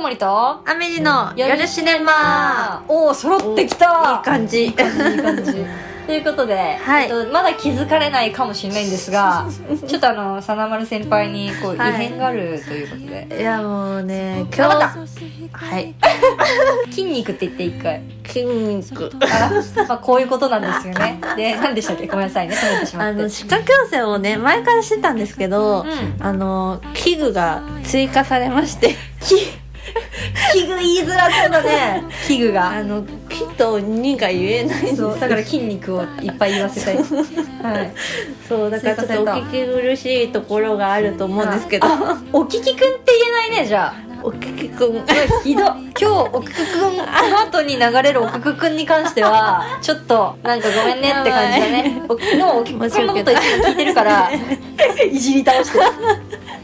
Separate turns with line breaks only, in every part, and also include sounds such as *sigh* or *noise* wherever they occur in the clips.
森と
アメリの夜シネマ
おお揃ってき
い
た
い感じ
いい感じいい感じ *laughs* ということで、
はい
えっと、まだ気づかれないかもしれないんです *laughs* がちょっとあのさなまる先輩にこう異
はい
変があるということで、
いやもうね今
頑張
日
った
はい
筋肉って言って一回
筋肉
あら、まあ、こういうことなんですよねで何でしたっけごめんなさいね止めてしま
あ
って
の歯科矯正をね前からしてたんですけ
う
ど、
ん
あの器具が追加されまして
器具言いづらそうだ *laughs* ね器具
あ
が
の「き」と「に」が言えないんです
そうだから筋肉をいっぱい言わせたい、はい、
そうだからちょっとお聞き苦しいところがあると思うんですけど
あおききくんって言えないねじゃあ
お聞きくん
ひどい今日おくくくんこの後に流れるおくくくんに関してはちょっとなんかごめんねって感じだねおもうおくくくんのこといつも聞いてるから *laughs* いじり倒してる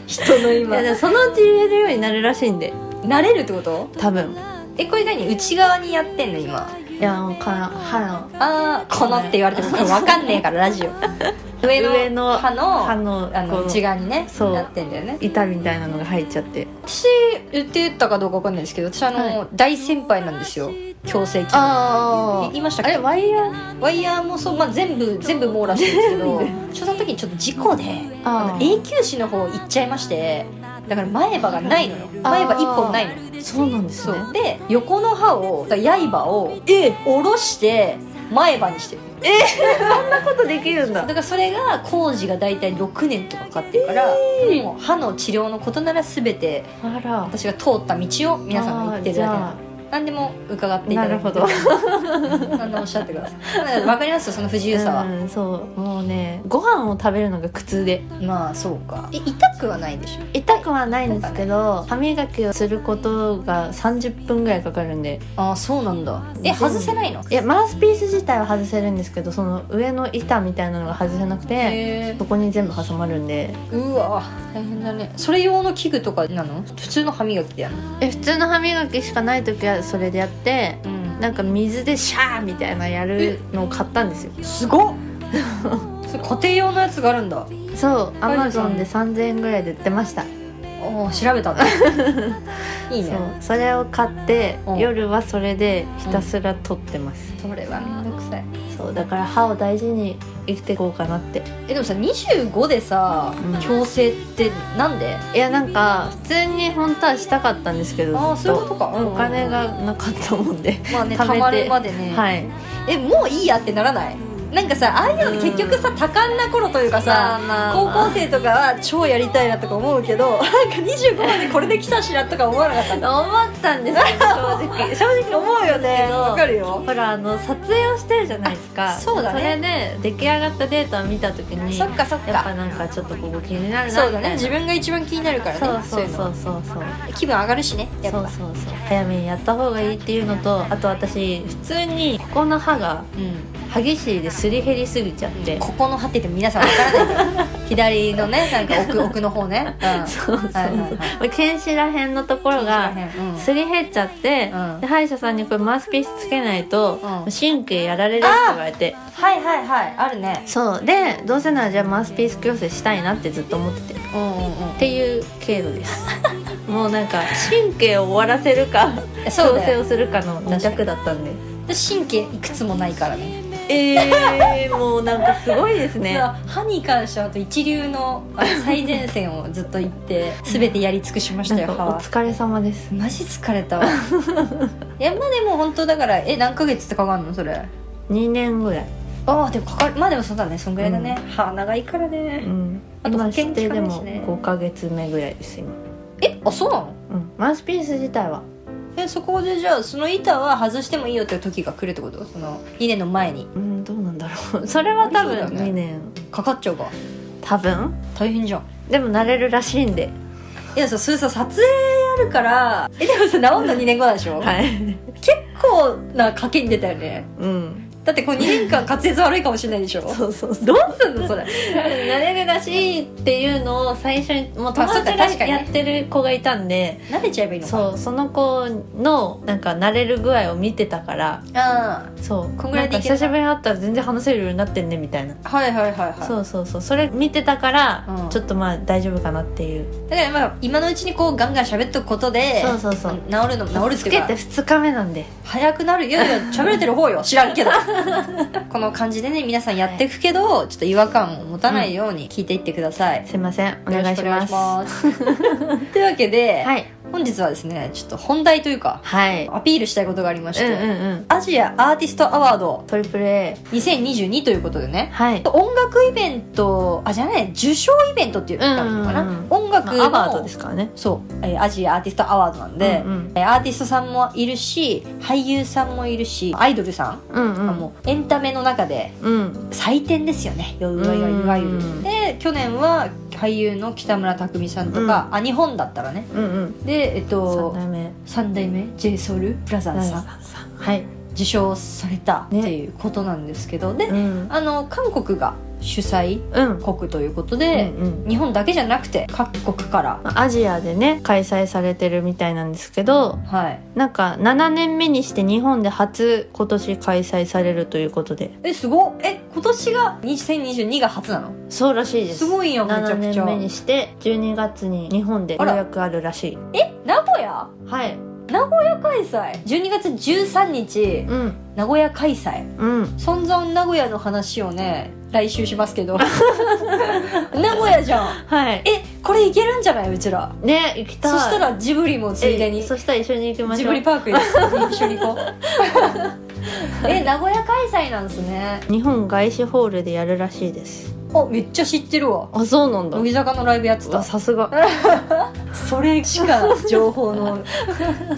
人の
い
今
やでもそのうち言えるようになるらしいんで
慣れるってこと
多分
えこれ何内側にやってんの今
いやもうか歯
あーこのって言われてもこれわかんねえからラジオ上の
上の
歯
の歯
の
の
あの
こ
内側にね
そう
やってんだよね
板みたいなのが入っちゃって
私言ってたかどうかわかんないですけど私あの、
は
大先輩なんですよ矯正器の
あ
言いましたっ
あ
け
れワイヤー
ワイヤーもそう、まあ、全部全部網羅してるんですけどちょっとその時にちょっと事故であの
え
永久歯の方行っちゃいましてだから前歯がないのよ前歯一本ないの
そうなんです
そ
ね
うで横の歯をだから刃を下ろして前歯にしてる
ことできるん
だからそれが工事が大体6年とかかかってるから、もう歯の治療のことなら全て
あら
私が通った道を皆さんが言ってるだけなの何でも伺ってい
な
た
る
だけ
ほ
て
ど
*laughs* 何でもおっしゃってくださいわかりますよその不自由さは、
うんそうもうねご飯を食べるのが苦痛で
まあそうかえ痛くはないでしょ
痛くはないんですけど歯磨きをすることが30分ぐらいかかるんで
ああそうなんだえ
全部
外せないの
いやマウスピース自体は外せるんですけどその上の板みたいなのが外せなくて
へえ
そこに全部挟まるんで
うわ大変だねそれ用の器具とかなの普通の歯磨きでやるの
え普通の歯磨きしかない時はそれでやって
うん
なんか水でシャーみたいなやるのを買ったんですよ
すごっそれ家庭用のやつがあるんだ
そうア
マ
マ
ゾ
ゾ
ン
ンで3000円ぐらいで売ってました
おお調べたね *laughs* いい
そ
ね
うそれを買って
うん
夜はそれでひたすら取ってます、
それはめんどくさい
そうだから歯を大事に生きていこうかなって
えでもさ25でさ
うん
矯正ってなんで、
いやなんか普通に本当はしたかったんですけど
ああ
ず
そ
っ
ういうことか、うんうんうん
お金がなかったもんで、
まあね
貯め
た
て
まるまでね、
はい
えもういいやってならないなんかさああいうのって結局さ多感な頃というかさ、高校生とかは超やりたいなとか思うけど *laughs* なんか25までこれで来たしなとか思わなかったんだ
思ったんですけど正直正直
思うよねわか
る
るよ
ほらあの撮影をしてるじゃないですか
あそうだね
それで出来上がったデータを見た時に
そっかそっか
やっぱなんかちょっとここ気になるな
そうだね
みた
自
い
分が一番気になるからね
なそうそう
いの
そうそうそう
気分上がるしねやっ
そ
ぱ
うそうそう早めにやった方がいいっていうのとあと私普通にここの歯が
うん
歯ぎしりですり減りすぎちゃって
ここの歯って言っても皆さんわからないんだよ左のねなんか奥奥の方ね、うん、
そうそうそ
は
う
いはい
まあ剣士らへんのところが
うん
すり減っちゃって、
うん
で歯医者さんにこれマウスピースつけないと、
うん
神経やられるって言われて
はいはいはいあるね
そうでどうせならじゃあマウスピース矯正したいなってずっと思っててっ
うんうんうん
ていう経路です *laughs* もうなんか神経を終わらせるか
えそう
矯
だ
正
よ
をするかの二択だったんで
私神経いくつもないからね
えー、もうなんかすごいですね
さ歯に関してはあと一流のあの最前線をずっと行って全てやり尽くしまし
な
た
ん
よ
か
歯
お
は
疲れ様です
マジ疲れたわ *laughs* いやまあでも本当だからえ何ヶ月ってかかるのそれあ
2年ぐらい、
あでもかかるまあでもそうだねそんぐらいだね、歯長いから
う
ね、
ん、
あと保
今
険
指定で
効か
も
ないしね
5ヶ月目ぐらいです今、
えあそうなの
うん、マウスピース自体は
えそこでじゃあその板は外してもいいよっていう時が来るってことその2年の前に
うんどうなんだろう *laughs* それは多分
そうだね
2年
かかっちゃうか
多分
大変じゃん
でも慣れるらしいんで
いやさそれさ撮影あるからえでもさ治んの2年後なんでしょ、
はい
結構な賭けに出たよね
うん
だってこう2年間滑舌悪いかもしれないで *laughs* しょ
そうそうそう
どうすん *laughs* のそれ
慣れるらしいっていうのを最初にもう友
あそうか
達
確か
が
にね
やってる子がいたんで
慣れちゃえばいいのか
そうその子のなんか慣れる具合を見てたから
あ
そう
こんぐらいで
ないん
けた
か久しぶりに会ったら全然話せるようになってんねみたいな
あはいはいはいはい
そうそうそうそれ見てたから、
うん
ちょっとまあ大丈夫かなっていう
だからまあ今のうちにこうガンガン喋っとくことで
そうそうそう
治るの治るっ
つ
てい
け
う
て
か
2日目なんで
早くなるいやいや喋れてる方よ知らん
*laughs*
けどこの感じでね皆さんやっていくけど、ちょっと違和感を持たないように聞いていってください、
すいませんお願いします
よろしくお願いし
*laughs*
ますというわけで、
はい
本日はですねちょっと本題というか
はい
アピールしたいことがありまし
う
て、
んうんうん
アジアアーティストアワード
トリプル A
2022ということでね
はい
音楽イベントあじゃない受賞イベントって言ったらいいのかな、
うんうんうん
音楽
ま
の
あ、アワードですからね
そうえーアジアアーティストアワードなんで、
うんうん
えーアーティストさんもいるし俳優さんもいるしアイドルさん、
うんう
あ
ん
もうエンタメの中で
うん
祭典ですよねいわゆる
うん
いわゆるで去年は俳優の北村匠海さんとか、あ日本だったらね
うんうん
でえっ
3
と
代目
3代目 j s o u l b r o t h e r さん
はい、
受賞されたっていうことなんですけど、で、
うん、
あの韓国が主催
うん
国ということ
うんう
で、
ん
日本だけじゃなくて各国から
まあアジアでね開催されてるみたいなんですけど
はい
なんか7年目にして日本で初今年開催されるということで
えすごっえ今年が2022が初なの
そうらしいです
すごいやんめち
7
ゃくち
年
ゃ
目にして12月に日本で予約あるらしい
名古屋
はい
開催12月13日
うん
名古屋開催
うん
そんざん名古屋の話をね来週しますけ
*laughs*
ど名古屋じゃん
はい
えこれいけるんじゃないうちら
ね行きたい
そしたらジブリもついでに
えそしたら一緒に行きま
ジ
しょ
ブ
う
リパークです一緒に行
*laughs*
こうえ名古屋開催なんですね
日本外資ホールでやるらしいです
あめっちゃ知ってるわ
あそうなん
乃木坂のライブやってた
さすが
それしか情報 *laughs* の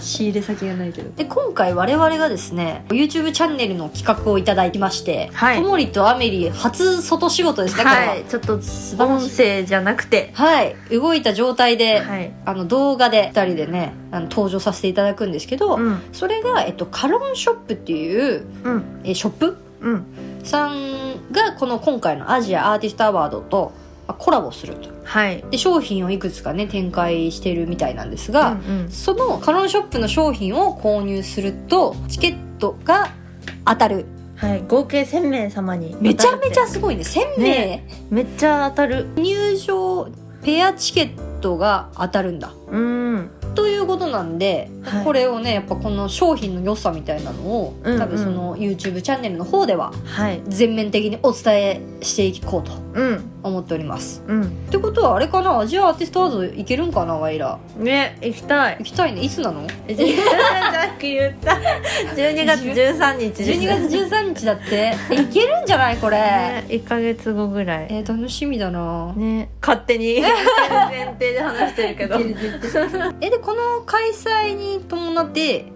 仕入れ先がないけどで今回我々がですね YouTube チャンネルの企画をいただきまして
はい
ともりとアメリ初外仕事ですねこれは
はいちょっと
素晴ら
音
しい
声じゃなくて
はい動いた状態で、
はい
あの動画で2人でねあの登場させていただくんですけど、
うん
それが、えっと、カロンショップっていう
うん
えーショップ
うん
さんがこの今回のアジアアーティストアワードとまあコラボすると
はい
で商品をいくつかね展開してるみたいなんですが、
うん
そのカロンショップの商品を購入するとチケットが当たる
うんはい合計1000名様に
めちゃめちゃすごいね1000名、
ねめっちゃ当たる
入場ペアチケットが当たるんだ
うん
ということなんで、
はい
これをねやっぱこの商品の良さみたいなのを、
うんうん
多分その YouTube チャンネルの方では
はい
全面的にお伝えしていこうと
うん
思っております
うん
ってことはあれかなアジアアーティストアワード行けるんかなワイラ
ね行きたい
行きたいねいつなの
さっき言った12月13日です
12月13日だ
*laughs*
ってえ行けるんじゃないこれ、
ね1か月後ぐらい
えー、楽しみだな
ね勝
*laughs*
手に前提で話してるけどう
えでこの開催に伴って
ん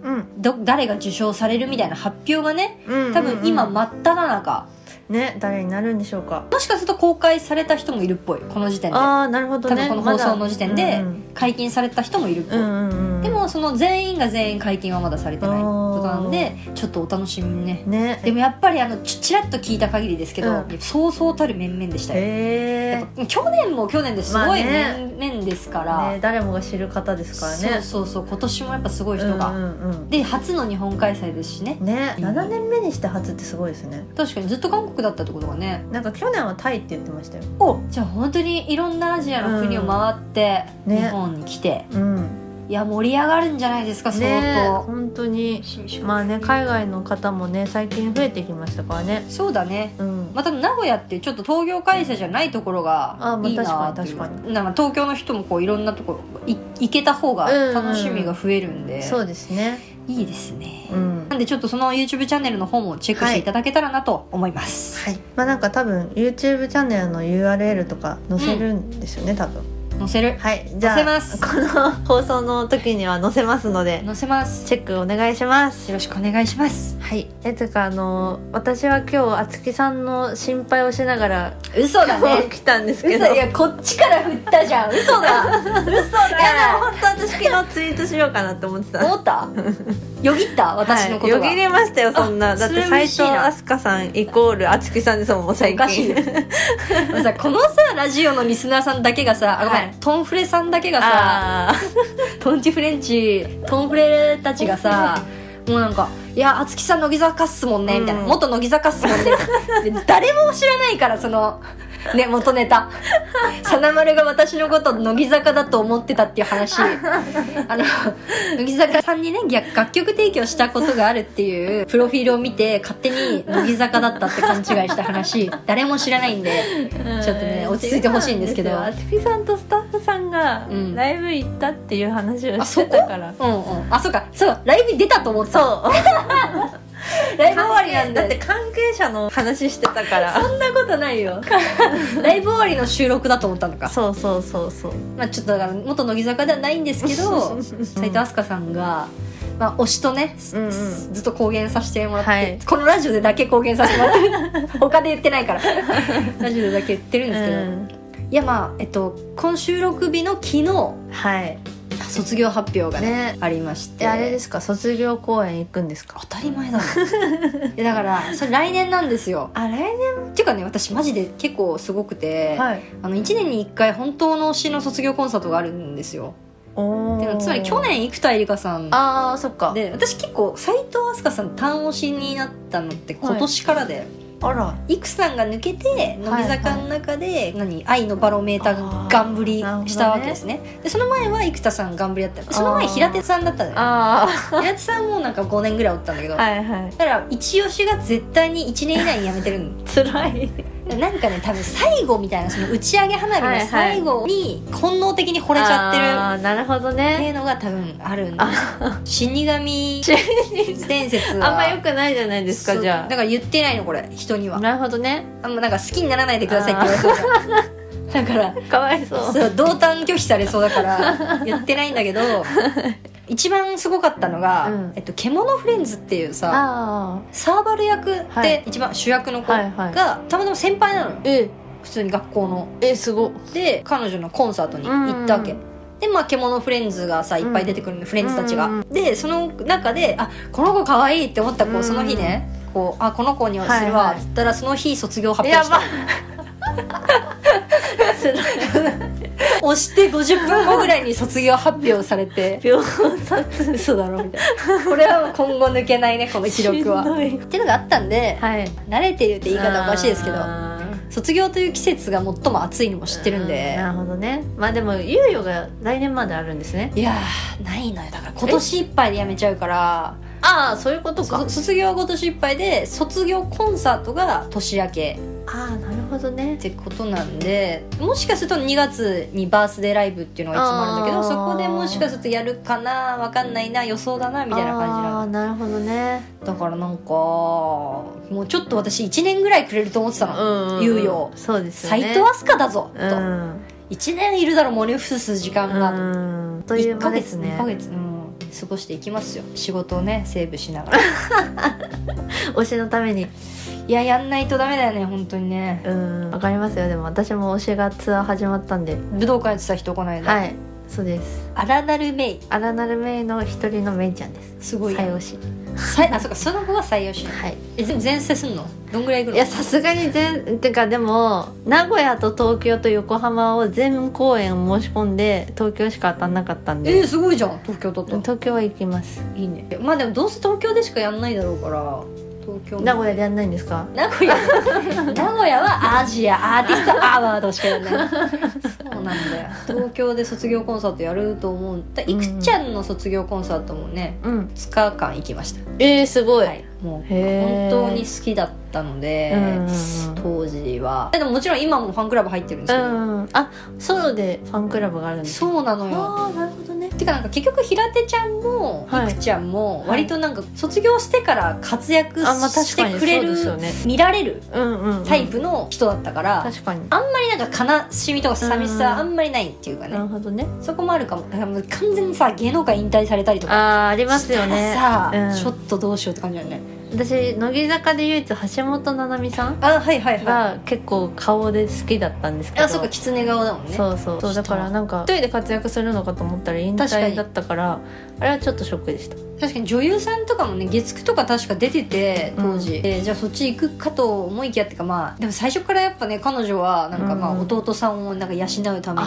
ど誰が受賞されるみたいな発表がね
うん
多分今
ま
真っ只中
ね誰になるんでしょうか
もしかすると公開された人もいるっぽいこの時点で
ああなるほど
多
ね
分この放送の時点で
まだうん
解禁された人もいるっぽ
う
い、
んうんうん
でもその全員が全員解禁はまだされてないことなんでちょっとお楽しみにね
ね
でもやっぱりあのちちらっと聞いた限りですけど、
う
そうそうたる面々でしたよ、
へ
やっぱ去年も去年ですごい
まあね
面々ですか
え
ら、
ね誰もが知る方ですから
そう
ね
そうそう今年もやっぱすごい人が、
うんうん
で初の日本開催ですしね
うんね7年目にして初ってすごいですね
確かにずっと韓国だったってことがね
なんか去年はタイって言ってましたよ
おじゃあ本当にいろんなアジアの国を回って
うんね
日本に来て、
うん
いや盛り上がるんじゃないですか相
ね
当、
本当にまあね海外の方もね最近増えてきましたからね
そうだね
うん
また名古屋ってちょっと東京開催じゃないところが
あまあ
いいなっていう
確かに確
なんか東京の人もこういろんなところい行けた方が楽しみが増えるんで、
そうですね
いいですね、
うん
なんでちょっとその YouTube チャンネルの方もチェックしていただけたらなと思います、
はいまあなんか多分 YouTube チャンネルの URL とか載せるんですよね、多分
載せる
はいじゃあ
載せます
この *laughs* 放送の時には載せますので
載せます
チェックお願いします
よろしくお願いします
はいえというかあの私は今日あつきさんの心配をしながら
嘘だ
今
ね
*laughs* 日来たんです
嘘
けど
いやこっちから振ったじゃん嘘だ嘘だ
いやでも本当私昨日ツイートしようかなって思ってた
思ったよぎった私のこと
はい
が、
よぎれましたよそんな
あ
だっ
そ
て
れ嬉
斎
しい
藤
な
飛鳥さんイコールあつきさんですもん最
お
近
かしいよもうさこのさラジオのリスナーさんだけがさ、あごめん
はい
トンフレさんだけがさ
あー
トンチフレンチトンフレたちがさもうなんか「いやあつきさん乃木坂っすもんね」みたいな「
うん
元乃木坂っすもんね」で誰も知らないからそのね元ネタさなまるが私のこと乃木坂だと思ってたっていう話あの乃木坂さんにね逆楽曲提供したことがあるっていうプロフィールを見て勝手に乃木坂だったって勘違いした話誰も知らないんで *laughs* ちょっとね落ち着いてほしいんですけど
あつきさんとスタッフさんが
うん
ライブ行ったっていう話を
あ
し
そ
て
こ
たから、
うんうんあそうかそうライブに出たと思った
そう
ライブ
関
終わりなん
係だ
だ
って関係者の話してたから
そんなことないよライブ終わりの収録だと思ったのか、
そうそうそうそう
まあ、ちょっとだから元乃木坂ではないんですけど斉藤飛鳥さんが、まあ、推しとね、す
うんうん
すずっと公言させてもらって、
はい
このラジオでだけ公言させてもら
*laughs*
って他で言ってないからラジオでだけ言ってるんですけど、いやまあえっと今収録日の昨日
うんはい
卒業発表がね
ね
ありまして
えあれですか卒業公演行くんですか
当たり前
*laughs*
だないやだからそれ来年なんですよ
あ来年
っていうかね私マジで結構すごくて、
はい
あの1年に1回本当の推しの卒業コンサートがあるんですよ
お
で
ー
つまり去年生田絵梨花さん
ああそっか
で私結構斎藤飛鳥さん単推しになったのって今年からで、
あら
育さんが抜けて乃木坂の中で、何愛のバロメーターガンブリしたわけですねでその前は生田さんガンブリだったのその前
あー
平手さんだったのよ
あ
平手さんもなんか5年ぐらいおったんだけど、
あはいはい
だから一押しが絶対に1年以内に辞めて
*laughs*
るの
辛い
なんかね多分最後みたいなその打ち上げ花火の最後に本能的に惚れちゃってる
あーなるほど
ってい
ね
うのが多分あるんで死神伝説は
あんま良くないじゃないですか
そう
じゃ
だから言ってないのこれ人に
あ
は
なるほどね
あんまなんか好きにならないでくださいって言われそうじゃんだから
かわいそう
そう同担拒否されそうだから言ってないんだ
*laughs*
けど一番すごかったのが、
うん
えっと、獣フレンズっていうさ
あ
サーバル役っ
は
て
い
一番主役の
あ
子が、
はいはい
たまたま先輩なのよ
え
普通に学校の
えすごっ
で彼女のコンサートに行ったわけ、
うん
でまあ獣フレンズがさいっぱい出てくるの、フレンズたちが、
うん
でその中であこの子可愛いって思った子、
うん
その日ねこうあこの子にはする
はい
わ
はい
っつったら、その日卒業発表した
や
押して50分後ぐらいに卒業発表され
*laughs*
て
秒
嘘だろみたいなこれは今後抜けないねこの記録はっ
い
ていうのがあったんで、
はい
慣れてるって言い方おかしいですけど
あー
卒業という季節が最も暑いのも知ってるんで
うなるほどねまあでも猶予が来年まであるんですね
いやーないのよだから今年いっぱいでやめちゃうから
ああそういうこと
そ卒業は今年いっぱいで卒業コンサートが年明け
ああなるほど
っ
ね
てことなんでもしかすると2月にバースデーライブっていうのがいつもあるんだけど
あー
そこでもしかするとやるかなわかんないな予想だなみたいな感じ
ああ
なの
なるほどね
だからなんかもうちょっと私1年ぐらいくれると思ってたの
うん
猶予
そうですよ
斎
ね
藤飛鳥だぞと
うん
1年いるだろモニフス時間がと
うんという
1
間
ヶ
です
月
ね
2ヶ月うん過ごしていきますよ仕事をねセーブしながら
推しのために
いややんないとダメだよね本当にね
うんわかりますよでも私も推しがツアー始まったんで
武道館やってた人この間、
はいそうです
アラダルメイ
アラナルメイの一人のメイちゃんです
すごい
最推し
さいあそうかその子が採用しない
はい
え全全世すんのどんぐらい行く
い
の
やさすがに全てかでも名古屋と東京と横浜を全公演申し込んで東京しか当たんなかったん
え
で
ー、すごいじゃん東京だと
東京は行きます
いいねまあでもどうせ東京でしかやんないだろうから東京
名古
屋
屋でやんないんですか
名古屋 *laughs* 名古屋はアジアアーティストアワードしかやんないそうなんだよ東京で卒業コンサートやると思うだいくちゃんの卒業コンサートもね
うん
2日間行きました
えー、すごい、
はいもう
へ
本
ー
当に好きだったので、
うん
当時はでももちろん今もファンクラブ入ってるんですけど、
うんうんあソロでファンクラブがあるんですう
そうなのよ
ああなるほどね
てかなんか結局平手ちゃんも、
はい
いくちゃんも割となんか卒業してから活躍
あまあ
し
確か
て
に
くれ
そう
る、
ですよね
見られる
うんうん、うん、
タイプの人だったから、
確かに
なんか悲しみとか寂し
うん
さあんまりないっていうかね、
なるほどね
そこもあるかもだからもう完全にさ芸能界引退されたりと
あ
か
あありますよね
したらさ、
うん
ちょっとどうしようって感じだよね
私乃木坂で唯一橋本七海さん
あはいはいは
が結構顔で好きだったんです
い
けど
あそっか狐顔だもんね
そうそうそうだからなんか一人で活躍するのかと思ったら引
確かに
退だったからあれはちょっとショックでした
確かに女優さんとかもね月9とか確か出てて当時、でじゃあそっち行くかと思いきやってかまあでも最初からやっぱね彼女はなんかまあ
うん
弟さんをなんか養うためみたいな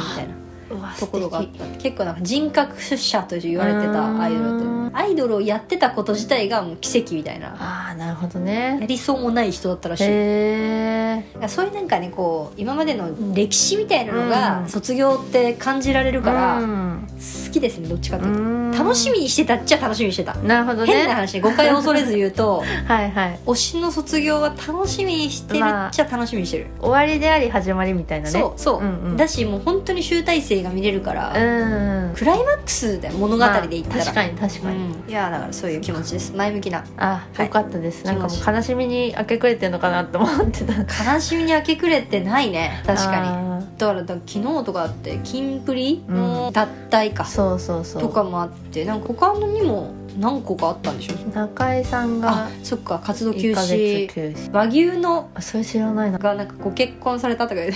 うわ
ところがあっ
素
た結構なんか人格者と言われて
うん
たアイドルだとアイドルをやってたこと自体がもう奇跡みたいな
ああなるほど
や
ね
りそうもない人だったらしい
へえ
だからそういうなんかねこう今までの歴史みたいなの
う
が
ん
卒業って感じられるから、
うん
好きですねどっちかというと、楽
楽
しみにしてたっちゃ楽しみにしてた、
なるほどね
変な話ね誤解を恐れず言う
*laughs*
と
はいはい
推しの卒業は楽しみにしてるっちゃ楽しみにしてる、
終わりであり始まりみたいなね
そうそう、
うんうん
だしもう本当に集大成が見れるから、
うん
クライマックスで物語で言ったら、
まあ確かに確かに、
うんいやだからそういう気持ちです前向きな
あ
はい
よかったです、なんか
気持
も
ち
う悲しみに明け暮れてんのかなと思ってた
悲しみに明け暮れてないね確かに
に
だからだから昨日とかあってキンプリの脱退か、
そうそうそう
とかもあってなんか他のにも何個かあったんでしょ
中井さん
あ
が
そっか活動休
1ヶ
止
月休止
和牛の
あそれ知らないな
がなんかご結婚されたとか
*laughs*
いう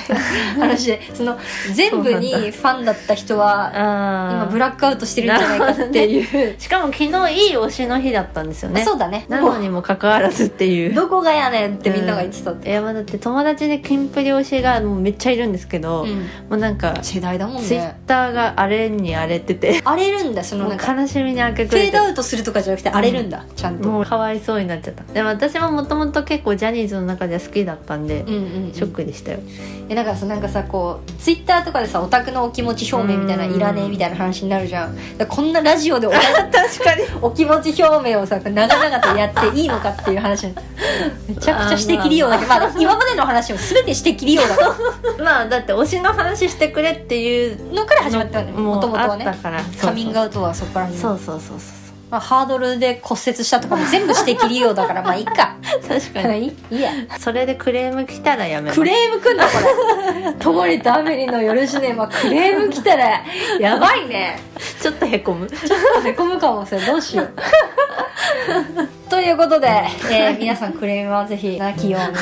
話でその全部に
そう
ファンだった人は今
あ
ブラックアウトしてるんじゃないかっていう、
ーしかも昨日いい推しの日だったんですよね
そうだね
なのにもかかわらずっていう
どこがやねんってみんなが言ってたって、
いやまあだって友達でキンプリ推しがもうめっちゃいるんですけど、
うん
もうなんか
世代だもん
ツイッ
ね
ターが荒れに荒れてて
荒れるんだその
もう
なんか
悲しみに明け
フ
暮
ェード
れて
アウトするとかじゃなくて荒れるんだ、ちゃんと
もうかわいそうになっちゃったでも私はもともと結構ジャニーズの中では好きだったんで、
うんうんうん
ショックでしたよ
えだからさなんかさこうツイッターとかでさオタクのお気持ち表明みたいな
うん
いらねえみたいな話になるじゃんだからこんなラジオでお
確かに
お気持ち表明をさ長々とやっていいのかっていう話めちゃくちゃ指摘利用だけど、まあ、今までの話を全て指摘利用だか
*laughs* まあだって推しの話してくれっていう
らのから始まったのよ
も
もとも
う
と
あ
は
っ
ね
たから
カミング
ウ
アウトはそこから始ま
そ
る
うそうそうそうそ
まあ、ハードルで骨折したとかも全部指摘利用だからまあいい
*laughs*
か
う確か
いいや
それでクレーム来たらやめます
クレームくんのこ
*laughs*
れ「ともりとアメリの夜シネマ」クレーム来たらやばいね
*laughs* ちょっとへこむ
へこむかもしれないどうしよう *laughs* ということで、えー皆さんクレームはぜひなきように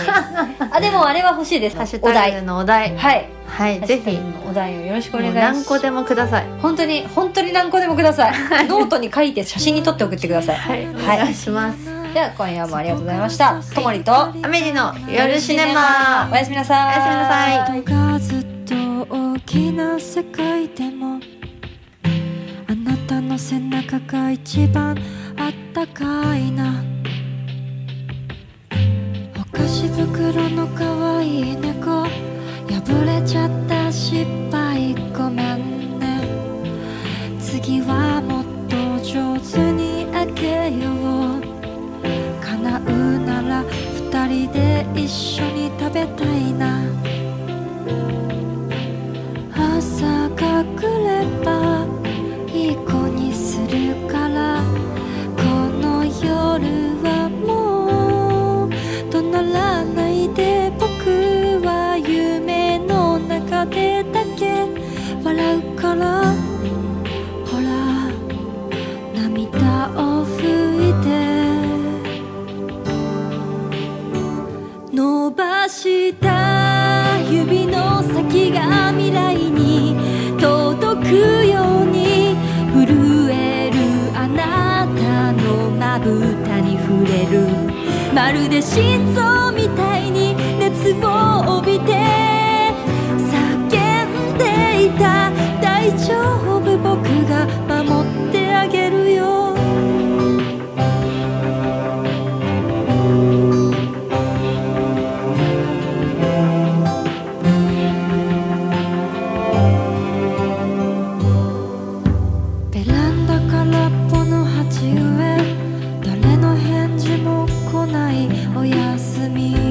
あでもあれは欲しいです
ハッシュ
お
タ
題
グのお題
はい
はいぜひ
お題をよろしくお願いう
も
します
何個でもください
本当に本当に何個でもくださいノートに書いて写真に撮って送ってください、
はいお
はい
願いします *laughs*
では今夜もありがとうございましたともりと
アメリの夜シネマ
おやすみなさい
おやすみなさい
がずっと大きな世界でもあなたの背中が一番あったかいなお菓子袋の可愛い猫破れちゃった失敗ごめんね次はもっと上手に開けよう叶うなら二人で一緒に食べたいな朝が来ればいい子にするからこの夜はもう怒鳴らないで僕は夢の中でだけ笑うからほら涙を拭いて伸ばした指の先が未来に届くように震えるあなたのまぶたに触れるまるで心臓みたいに熱を帯びて叫んでいた大丈夫僕が守ってあげるよベランダからっぽの鉢植え誰の返事も来ないおやすみ